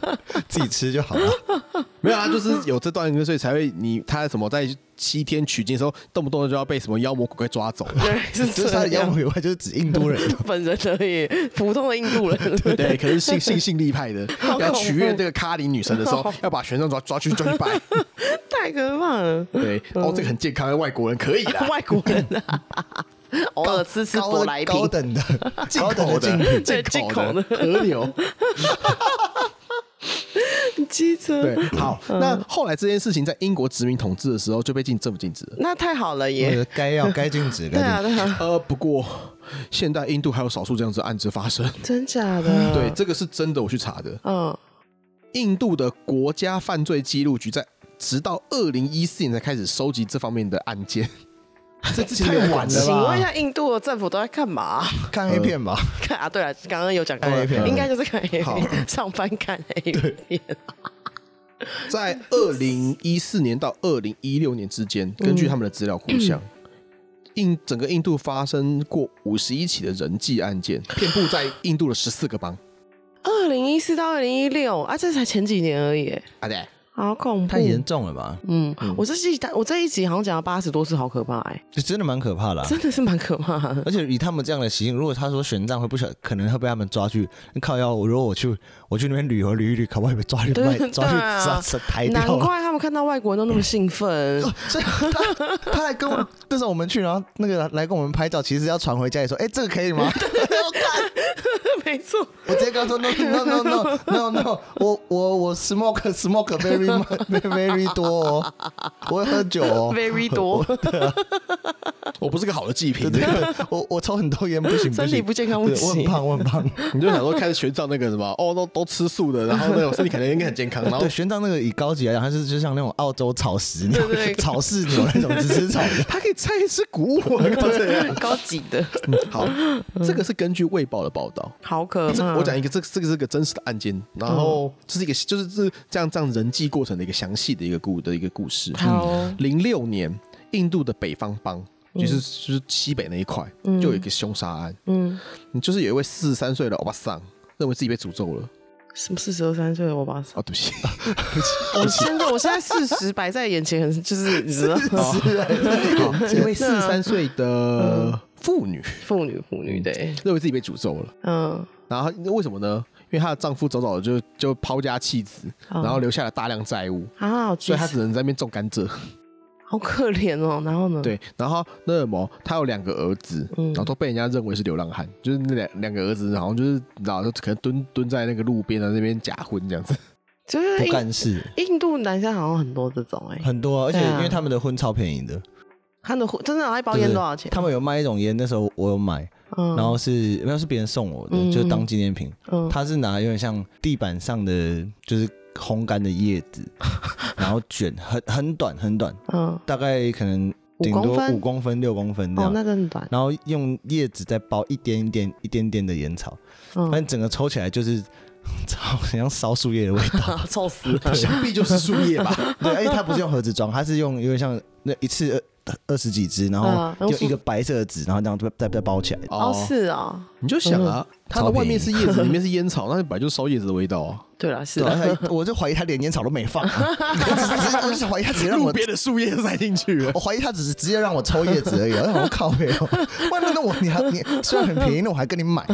自己吃就好了。没有啊，就是有这段音乐，所以才会你他什么在七天取经的时候，动不动就要被什么妖魔鬼怪抓走。 (laughs) 对，是就是他这的妖样魔。鬼怪就是指印度人， (laughs) 本人而已，普通的印度人。对，可是信信信力派 (laughs) 的恐怖要取悦这个咖喱女神的时 (laughs) 候，要把玄奘抓抓去抓去拜。太可怕了！对，哦，这个很健康，外国人可以啦。 (laughs) 外国人啊，偶尔吃吃高舶来的品高，等的进高 (laughs) 等口的的进口，对进进口口的的河流。 (laughs) 机车。对，好，嗯那后来这件事情在英国殖民统治的时候就被禁政府禁止了。那太好了耶！呃该要该禁止，对啊，该禁止。对啊，呃，不过现代印度还有少数这样子的案子发生。真假的？嗯对，，这个是真的，我去查的。嗯，印度的国家犯罪记录局在直到二零一四年才开始收集这方面的案件， (laughs) 这之前没有管对吧请问一下，印度的政府都在干嘛？看 A 片吧， (laughs) 看啊，对了，刚刚有讲过看了 A 片，应该就是看 A 好片，上班看 A 片。在二零一四年到二零一六年之间，根据他们的资料库项，印整个印度发生过五十一起的人际案件，遍布在印度的十四个邦。二零一四到二零一六啊，这才前几年而已耶， (laughs) 啊对，好恐怖太！严重了吧？嗯，我这集我这一集好像讲了八十多次，好可怕哎，这真的蛮可怕的啊。真的是蛮可怕的。 (laughs) 而且以他们这样的习性，如果他说玄奘会不小，可能会被他们抓去靠腰。我如果我去我去那边旅游旅一旅，可不好被抓去对卖，抓去对啊抓抓抬难掉。怪他们看到外国人都那么 (laughs) 兴奋。哦 (laughs) 所以他他来跟 (laughs) 我那时候我们去，然后那个来跟我们拍照，其实要传回家里说，哎、这个可以 (laughs) 吗？没错， (laughs) 我直接跟他说 no no no no no no，我 (laughs) 我我 smoke (laughs) smoke very much- (laughs) very very 多哦，我会喝酒哦 (laughs) (laughs) very 多，我不是个好的祭品， (laughs) 我我抽很多烟不行，行身体不健康不对我很行胖我很 (laughs) 胖。你就想说开始学长那个什么，哦，都都吃素的，然后那种身体可能应该很健康，然后对，玄奘那个以高级来讲，它是就像那种澳洲草食牛对对、 (laughs) 草饲牛那种，只吃草 (laughs) 的。他可以拆吃谷物， (laughs) 对啊。高级的，好，这个是根据《卫报》的报道。好可这怕。我讲一个，这个这个是个真实的案件，然后这是一个就是这这样这样人际过程的一个详细的一个故的一个故事。嗯好哦零六年印度的北方邦，就是就是西北那一块，就有一个凶杀案。嗯就是有一位四十三岁的欧巴桑认为自己被诅咒了，什么四十二三岁的我吧？哦，对不起，我现在我现在四十摆在眼前，很就是 (laughs) 你知道，一位四十三岁的妇女妇女妇女对，认为自己被诅咒了，嗯，然后她为什么呢？因为她的丈夫早早就就抛家弃子，然后留下了大量债务，啊，所以她只能在那边种甘蔗。好可怜哦。然后呢？， (laughs) 对，然后那什么，他有两个儿子，嗯然后都被人家认为是流浪汉，就是那两两个儿子好像就是然后可能蹲蹲在那个路边的啊那边假婚这样 (laughs) 子。就是不印干事印度男生好像很多这种哎、很多啊，而且对啊因为他们的婚超便宜的，他的真的拿一包对烟对多少钱？他们有卖一种烟，那时候我有买，嗯，然后是没有是别人送我的，嗯就是当纪念品。嗯，他是拿有点像地板上的就是烘干的叶 (laughs) 子，然后卷很很短很短，嗯，大概可能五顶公多五分，公分六公分这哦，样。那更短，然后用叶子再包一点一点、一点点的烟草，反嗯，正整个抽起来就是 (laughs) 超很像烧树叶的味道。臭死了， (laughs) 想必就是树叶 (laughs) 吧？对，而且它不是用盒子装，它是用有点像那一次二二十几支，然后嗯用用一塑个白色的纸，然后这样再再再包起来。哦，是啊，你就想啊，它的超外便面宜是叶子，里面是烟草，那本来就是烧叶子的味道啊。对了，是对啊，啊，他 (laughs) 我就怀疑他连烟草都没放，啊我只是我就是怀疑他直接让 (laughs) 路我，边的树叶塞进去了我，怀疑他只是直接让我抽叶子而已。啊我想我靠没有，外面那我你还你虽然很便宜，那我还跟你买，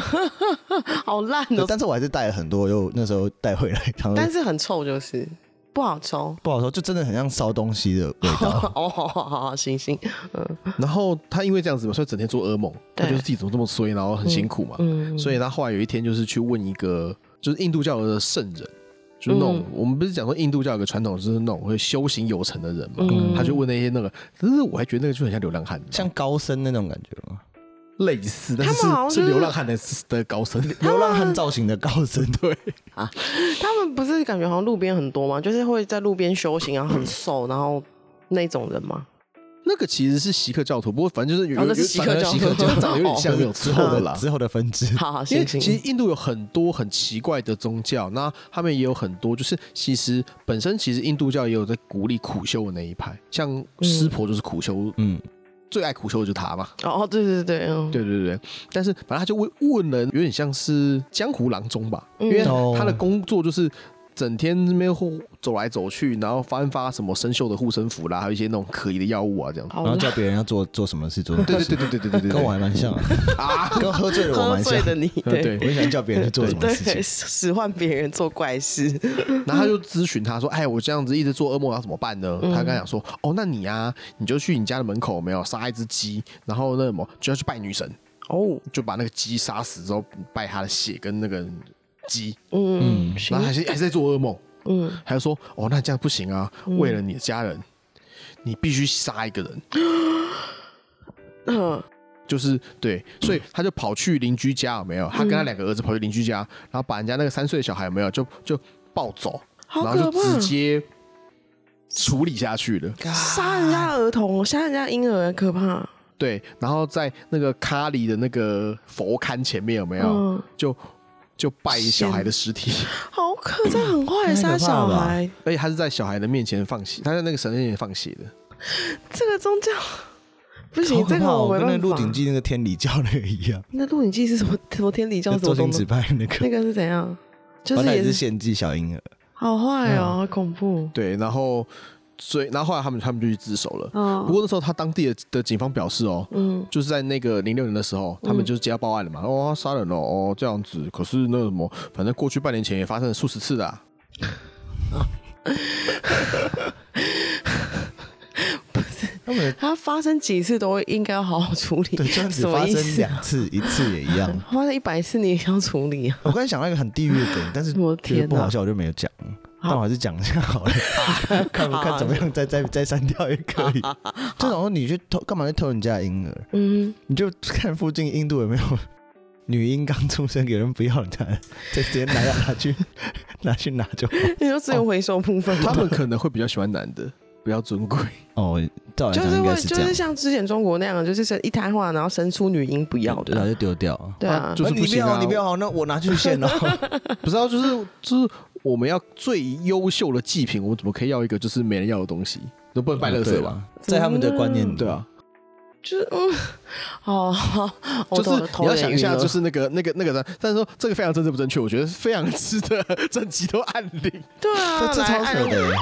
好烂对哦，但是我还是带了很多，又那时候带回来，然后但是很臭，就是不好抽。不好说，就真的很像烧东西的味道。 (laughs) 哦，好好好，行行， (laughs) 然后他因为这样子嘛，所以整天做噩梦，他觉对得自己怎么这么衰，然后很辛苦嘛，嗯所以他后来有一天就是去问一个就是印度教的圣人，就是那种、我们不是讲说印度教有个传统就是那种会修行有成的人嘛，他就问那些那个，但是我还觉得那个就很像流浪汉，像高僧那种感觉吗？类似，但是他们好像是就是是流浪汉的的高僧，流浪汉造型的高僧，对，他们不是感觉好像路边很多吗？就是会在路边修行，然后很瘦，然后那种人吗？那个其实是锡克教徒，不过反正就是有哦有那是有锡克反正教锡克徒教长得有点像就是有之后的啦， (laughs) 之后的分支。好好，因为行其实行，印度有很多很奇怪的宗教，那他们也有很多，就是其实本身其实印度教也有在鼓励苦修的那一派，像湿婆就是苦修，嗯，最爱苦修的就是他嘛。哦，对对对，嗯，对对对，但是反正他就问问人，有点像是江湖郎中吧，因为哦他的工作就是整天那边互走来走去，然后翻发什么生锈的护身符啦，还有一些那种可疑的药物啊这样。然好后烂，叫别人要做做什么事，做什么对事对对对对对对对，哦跟我还蛮像啊，跟喝醉了我喝蛮像醉。的你，对对我很喜欢叫别人去做什么事对，情，使唤别人做怪事，然后他就咨询他说：“哎，我这样子一直做噩梦，要怎么办呢？”他跟他讲说：“哦，那你啊，你就去你家的门口有没有杀一只鸡，然后那什么就要去拜女神，哦，就把那个鸡杀死之后拜她的血跟那个鸡，嗯，然后行，还是还是在做噩梦。嗯，他就说：哦，那这样不行啊，为了你的家人，你必须杀一个人。”嗯，就是对，所以他就跑去邻居家有没有？他跟他两个儿子跑去邻居家，然后把人家那个三岁的小孩有没有就就抱走，好然后就可怕直，接处理下去了。杀人家儿童，杀人家婴儿，很可怕，对，然后在那个咖喱的那个佛龛前面有没有？嗯就就拜小孩的尸体，好可，这很坏，杀小孩， (laughs) 而且他是在小孩的面前放血，他在那个神面前放血的。这个宗教不好行，可这个怕哦！我没跟那办《鹿鼎法。记》那个天理教那个一样，那《鹿鼎记》是什么？什么天理教就什周么东星东驰？拍那个 (laughs) 那，个是怎样？就把是那也只是献祭小婴儿，好坏哦，好恐怖。对，然后所以然后后来他们他们就去自首了。嗯不过那时候他当地的的警方表示哦，嗯就是在那个零六年的时候，他们就是接到报案了嘛，哦他杀人了哦这样子，可是那什么，反正过去半年前也发生了数十次的、 (laughs) 啊，他们它发生几次都应该要好好处理，对这样子什么发意生思？两次，一次也一样。发生一百次你也要处理啊！我刚才想到一个很地狱的梗，但是我的觉得天不好哪！笑，我就没有讲。但我还是讲一下好了，看看怎么样，再再再删掉也可以。就想说你去偷，干嘛去偷人家的婴儿？嗯，你就看附近印度有没有女婴刚出生，有人不要她，再直接拿下拿去拿去拿就好。你说只有回收部分他吗？们可能会比较喜欢男的，比较尊 (laughs) 贵。哦，照来就讲应会该是就这样是，像之前中国那样，啊就是生一胎化，然后生出女婴不要对然后的，就丢掉。对啊，就是不行啊哎你不要，你不要好，那我拿去 (laughs) 献哦。不知道，就是就是我们要最优秀的祭品，我怎么可以要一个就是没人要的东西？都不能拜乐色吧？嗯在他们的观念，啊对，啊，就是嗯，(laughs) 好好，嗯我啊就是头头你要有点想一晕下，了就是那个那个那个人，但是说这个非常政治不正确，我觉得非常值得 (laughs) 整集都按铃。对啊，这超来哎扯的，按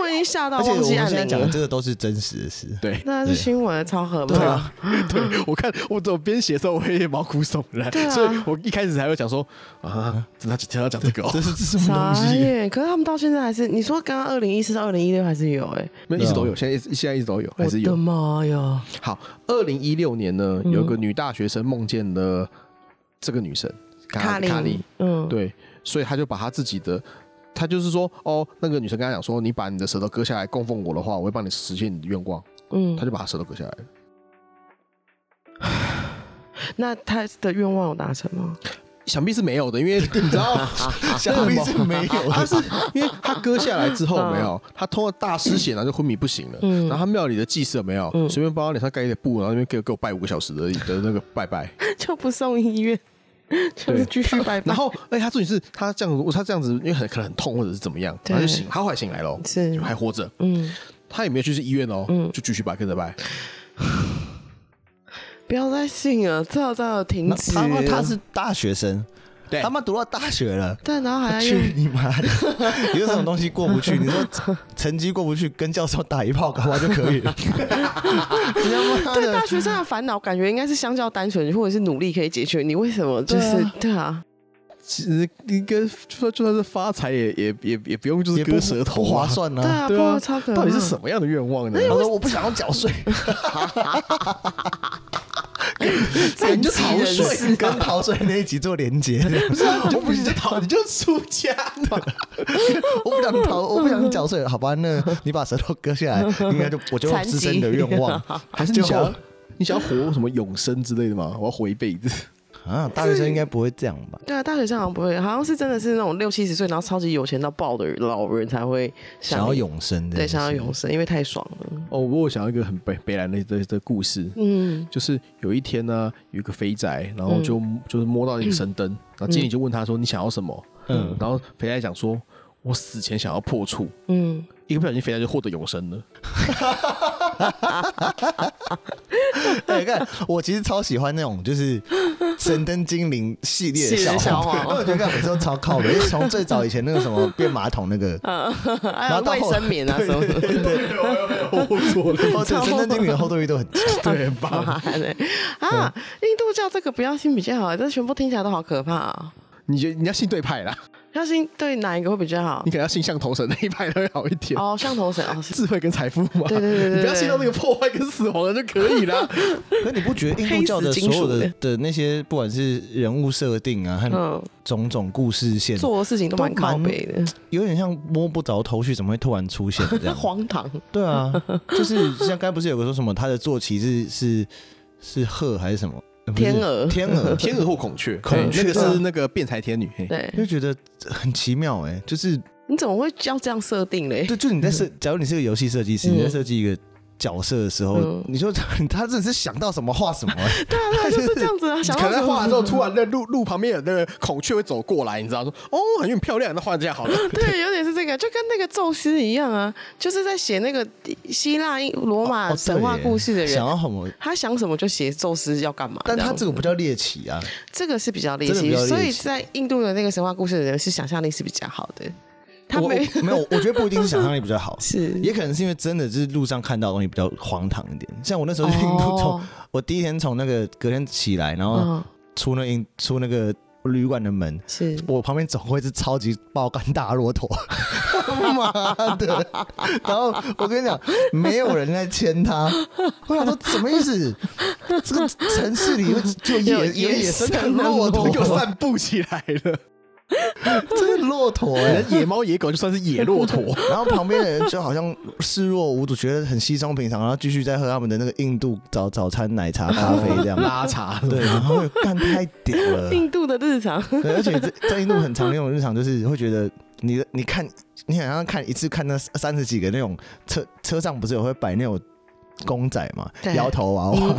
我已经吓到啊而且我忘们记现按在铃讲了的。这个都是真实的事。对那是新闻，超可对怕啊。， (laughs) 对我看我怎么编写的时候，我也毛骨悚然，对啊所以我一开始才会讲说啊，真的真的要讲这个、啊这哦，是这是什么傻东西？眼！可是他们到现在还是，你说刚刚二零一四到二零一六还是有哎、没有一直都有，现在一直现在一直都有，还是我的有。妈呀！好，二零一六年呢，有一个女大学生梦见了这个女生卡卡卡琳莉，嗯，对，所以她就把她自己的。她就是说，哦，那个女生跟她讲说，你把你的舌头割下来供奉我的话，我会帮你实现你的愿望。嗯她，就把她舌头割下来了。那他的愿望有达成吗？想必是没有的，因为你知道， (laughs) 想必是没有他啊是因为他割下来之后没有，他通了大失血，然后就昏迷不醒了。嗯然后他庙里的祭祀有没有嗯随便帮他脸上盖一点布，然后那边给我给我拜五个小时的的那个拜拜。就不送医院，就是继续拜拜。然后，而且他重点是他这样子，他这样子，因为很可能很痛或者是怎么样，对他就醒，他后来醒来了，是就还活着，嗯，他也没有去医院哦，就继续拜跟着拜。不要再信了，最好最好停那止。他妈他是大学生，对他妈读到大学了。对，然后还要去用你妈的！ (laughs) 有什么东西过不去？你说成绩过不去，跟教授打一炮搞完就可以 (laughs) 了。你他妈对的大学生的烦恼，感觉应该是相较单纯或者是努力可以解决。你为什么就是对啊？其实应该就算就算是发财，也也也也不用就 (laughs) 也是不割舌头不划啊。算对啊！啊，对不啊过超可怕。到底是什么样的愿望呢？他哎说我不想要缴 (laughs) 税，那你就逃人士税，税跟逃税那一集做连接。不是、 (laughs) 啊，你就不你就逃，你就出家嘛。 (laughs) 我不想逃，我不想缴税，好吧？ (laughs) 那你把舌头割下来，应该就我就残疾自身的愿 (laughs) 望，还是你就想要你想要活什么永生之类的吗？我要活一辈子。啊？大学生应该不会这样吧？对啊，大学生好像不会，好像是真的是那种六七十岁，然后超级有钱到爆的老人才会想要永生的，对想要永生，因为太爽了。哦，不过我想要一个很北北兰的的的故事，嗯就是有一天呢，有一个肥宅，然后就、就是摸到一个神灯，然后经理就问他说：“你想要什么？”嗯，然后肥宅讲说：“我死前想要破处。”嗯，一个不小心，肥宅就获得永 (laughs) 生了。 (laughs) 对，哎看我其实超喜欢那种就是神灯精灵系列的系列笑笑话话，因 (laughs) 为我觉得看每次都超靠的， (laughs) 因为从最早以前那个什么变马桶那个，呃还然有后到卫后生棉啊什么的。我错了，哦，对，神灯精灵的后坐力都很强。对妈吧？的啊！印度教这个不要信比较好，这全部听起来都好可怕啊、你觉得你要信对派啦，要信对哪一个会比较好你？可能要信像头神那一 (laughs) 派会好一点。哦，像头神哦，是智慧跟财富嘛，对对对对对你不要信到那个破坏跟死亡了就可以啦。可你不觉得印度教的所有的的那些，不管是人物设定啊，和嗯，种种故事线，做的事情都蛮靠背的，有点像摸不着头绪，怎么会突然出现这 (laughs) 样？荒唐。对啊， (laughs) 就是像刚才不是有个说什么，他的坐骑是是是鹤还是什么？呃不是天鹅天 (laughs) 鹅， (laughs) 天鹅或孔雀，孔雀嘿那个是那个辩才天女，嘿对，就觉得很奇妙哎、就是你怎么会要这样设定嘞？就就你在设，假如你是个游戏设计师，嗯你在设计一个角色的时候，嗯你说他真的是想到什么画什么、 (laughs) 欸，对啊，对啊，就是这 (laughs) 样子啊，想可到能在什么画完之后，突然那路路旁边有那个孔雀会走过来，你知道说哦，很很漂亮，那画这样好 (laughs) 了。对，有点是这个，就跟那个宙斯一样啊，就是在写那个希腊、罗马哦神话故事的对耶想人，要什么？他想什么就写宙斯要干嘛。但这他样这个不叫猎奇啊，这个是比较猎真的比奇较，猎奇所以在印度的那个神话故事的人是想象力是比较好的，他我 (laughs) 没，我没有，我觉得不一定是想象力比较好 (laughs) 是也可能是因为真的就是路上看到的东西比较荒唐一点。像我那时候去印度从、哦 (laughs) 我第一天从那个隔天起来，然后嗯出那印出那个旅馆的门，是我旁边总会是超级爆肝大骆 (laughs) 驼，妈的！然后我跟你讲，没有人在牵它。我想说，什么意思？这个城市里就有野野有野生的生的骆骆驼，(laughs) 又散步起来 (laughs) 了，这是骆驼哎、人野猫野狗就算是野骆 (laughs) 驼。然后旁边的人就好像视若无睹，觉得很稀松平常，然后继续在喝他们的那个印度早早餐奶茶咖啡这样。拉茶， (laughs) (laughs) 对，然后就干太屌了。印度的日常，对，而且在在印度很长那种日常，就是会觉得你的你看，你好像看一次看那三十几个那种车车上不是有会摆那种。公仔嘛对，摇头娃娃， (laughs)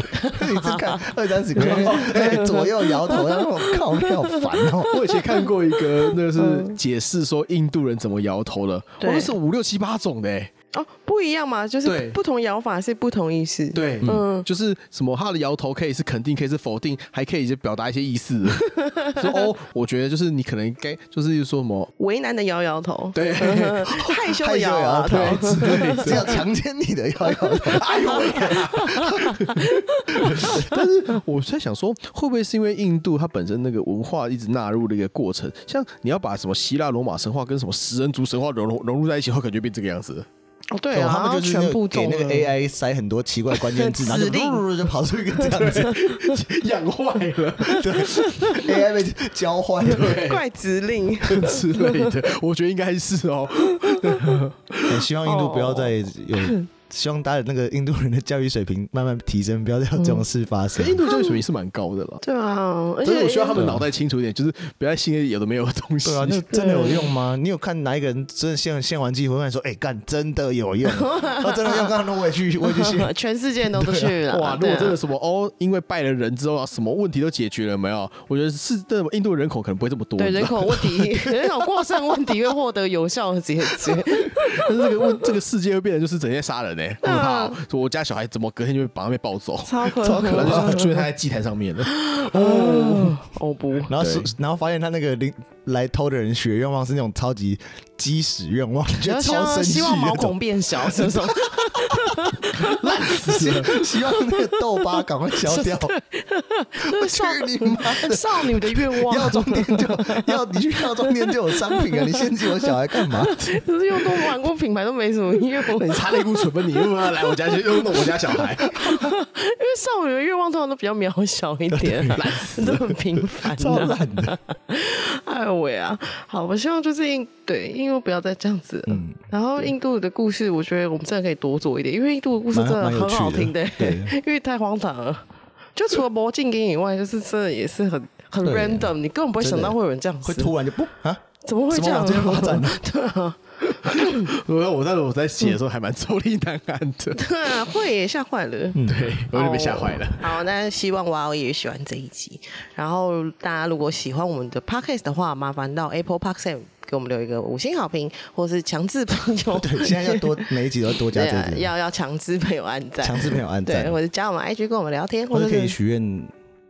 一次看二三十个， (laughs) 对，左右摇头，然后我靠，你好烦哦！我以前看嗯哦过一个，那个是解释说印度人怎么摇头的，哇，那是五六七八种的欸，哦，不一样嘛，就是对不同摇法是不同意思。，对，嗯就是什么他的摇头可以是肯定，可以是否定，还可以就表达一些意 (laughs) 思。说哦，我觉得就是你可能该就是说什么为难的摇摇头，嗯 (laughs) 对害羞害的羞摇摇摇头头，， (laughs) 只有强奸你的摇摇头。哎呦喂， (laughs) 但是我在想说，会不会是因为印度它本身那个文化一直纳入的一个过程？像你要把什么希腊罗马神话跟什么食人族神话融融融入在一起后，感觉变这个样子。 (laughs) 哦对啊，他然后们就是全部给中那个了 AI 塞很多奇怪关键 (laughs) 字，然后指令就就跑出一个这样 (laughs) 子养坏了，AI 被教坏了。怪指令。 (laughs) 之类的，我觉得应该是哦。对希望印度不要再 (laughs) 有，希望大家的那个印度人的教育水平慢慢提升，不要再有这种事发 (laughs) 可生。印度教育水平是蛮高的了，对啊，而但是且我希望他们脑袋清楚一点，就是不要信那些有的没有的东西。对啊，那真的有用吗？你有看哪一个人真的献献完祭回来说，哎，干真的有 (laughs) 用，那真的用，刚刚我也 (laughs) 去，我也去献。 (laughs) 全世界都去了。哇，如对果啊真的什么哦，因为拜了人之后啊，什么问题都解决了没有？我觉得是这种印度人口可能不会这么多，对你知人道吗口问题，人口过剩问题会获得有效的解决。但是这个问这个世界会变得就是整天杀人呢、欸，很可怕、哦。说我家小孩怎么隔天就会把他被抱走，超可超可然后怕就是出现他在祭坛上面了。哦不，然后是对，然后发现他那个领来偷的人许的愿望是那种超级鸡屎愿望，觉然得后希超生望气希望毛那种，孔变小，是不是？烂死了， (laughs) 希望那个痘疤赶快消 (laughs) 掉。我去你妈的！ (laughs) 少女的愿望，药妆店 (laughs) 就要你去药妆店就有商品啊！你献祭我小孩干 (laughs) 嘛？可是用过玩过品牌都没什么用，因为擦了一股水分，你又要来我家去又弄我家小孩，少女的愿望通常都比较渺小一点，都很平凡超的。烂的， (laughs) 哎呦喂啊！好，我希望就是印对，因为不要再这样子了。嗯然后印度的故事，我觉得我们真的可以多做一点，因为印度的故事真的蛮蛮有很趣的好听的，对 (laughs) 因为太荒唐了。就除了魔镜音以外，就是真的也是很很对 random，你根本不会想到会有人这样子，会突然就不啊！怎么会这样怎么往这边发对啊，我我但是我在写的时候还蛮 (laughs) 坐立难安的， (laughs) 对啊，会耶吓坏了。对我有点被吓坏了。哦好，那希望娃娃也喜欢这一集。然后大家如果喜欢我们的 podcast 的话，麻烦到 Apple Podcast 给我们留一个五星好评，或是强制朋 (laughs) 友对，现在要多每一集都要多加 (laughs) 对这啊，个，要要强制朋友按赞，强制朋友按赞对，，或者加我们 IG 跟我们聊天，或或者者可以是许愿。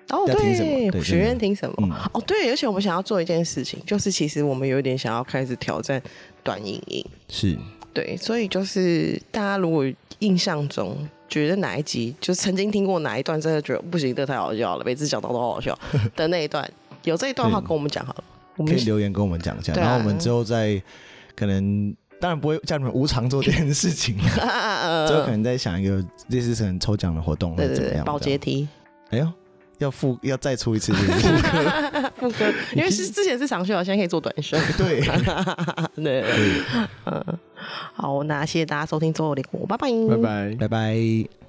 哦要听什么对，对嗯许愿真的听什么？哦对，而且我们想要做一件事情，就是其实我们有一点想要开始挑战短影音。是，对，所以就是大家如果印象中觉得哪一集，就曾经听过哪一段，真的觉得不行，这太好笑了，每次讲到都好好 (laughs) 笑的那一段，有这一段的话对跟我们讲好了，我嗯可们 (laughs) 以留言跟我们讲一下，对啊然后我们之后再可能。当然不会叫你们无偿做这件事 (laughs) 情，嗯啊啊啊啊之后可啊能再想一个类似可能抽奖的活动或对者对怎么对，样。保 (laughs) 洁梯这样，哎呦，要付要再出一次是不 (laughs) 是副歌， (laughs) 因为是之前是长袖，现在可以做短袖。对， (laughs) 对，嗯，好，那谢谢大家收听《周游列国》，拜拜，拜拜拜。拜。